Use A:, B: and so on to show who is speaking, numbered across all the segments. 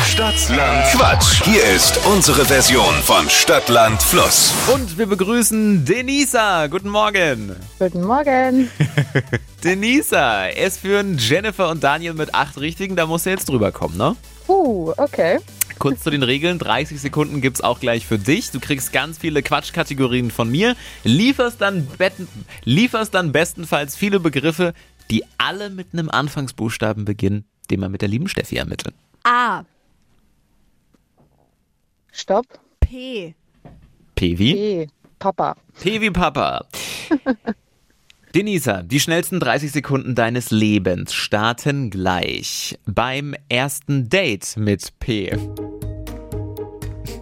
A: Stadtland Quatsch. Hier ist unsere Version von Stadtland Fluss.
B: Und wir begrüßen Denisa. Guten Morgen.
C: Guten Morgen.
B: Denisa, es führen Jennifer und Daniel mit acht Richtigen. Da musst du jetzt drüber kommen, ne?
C: Uh, okay.
B: Kurz zu den Regeln. 30 Sekunden gibt's auch gleich für dich. Du kriegst ganz viele Quatschkategorien von mir. Lieferst dann, betten, lieferst dann bestenfalls viele Begriffe, die alle mit einem Anfangsbuchstaben beginnen, den wir mit der lieben Steffi ermitteln.
D: A.
C: Stopp.
D: P.
B: P wie?
C: E. Papa.
B: P wie Papa. Denisa, die schnellsten 30 Sekunden deines Lebens starten gleich beim ersten Date mit P.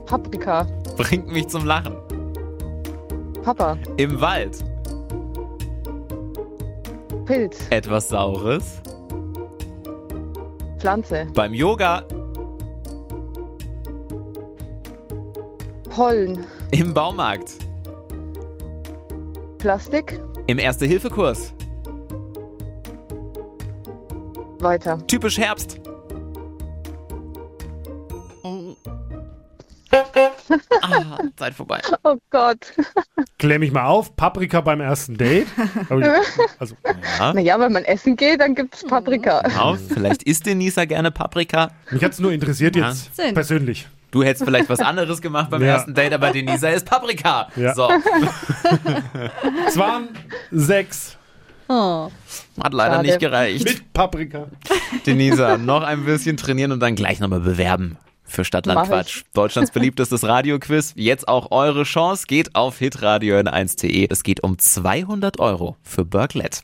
C: Paprika.
B: Bringt mich zum Lachen.
C: Papa.
B: Im Wald
C: Pilz.
B: etwas Saures.
C: Pflanze.
B: Beim Yoga
C: Pollen.
B: im Baumarkt.
C: Plastik.
B: Im Erste-Hilfe-Kurs.
C: Weiter.
B: Typisch Herbst. Ah, Zeit vorbei.
C: Oh Gott.
E: Klär mich mal auf, Paprika beim ersten Date. Aber die- also,
C: Naja, wenn man essen geht, dann gibt's Paprika.
B: Auf. Vielleicht isst Denisa gerne Paprika.
E: mich hat's nur interessiert jetzt
D: Sinn.
E: persönlich.
B: Du hättest vielleicht was anderes gemacht beim
E: Ja.
B: ersten Date, aber Denisa ist Paprika.
E: Ja.
B: So,
E: Es waren sechs
B: hat leider
C: Schade.
B: nicht gereicht.
E: mit Paprika.
B: Denisa, noch ein bisschen trainieren und dann gleich nochmal bewerben für
C: Mach ich.
B: Stadtlandquatsch. Deutschlands beliebtestes Radioquiz. Jetzt auch E. eure Chance. Geht auf hitradio n1.de. Es geht um 200 Euro für Berglet.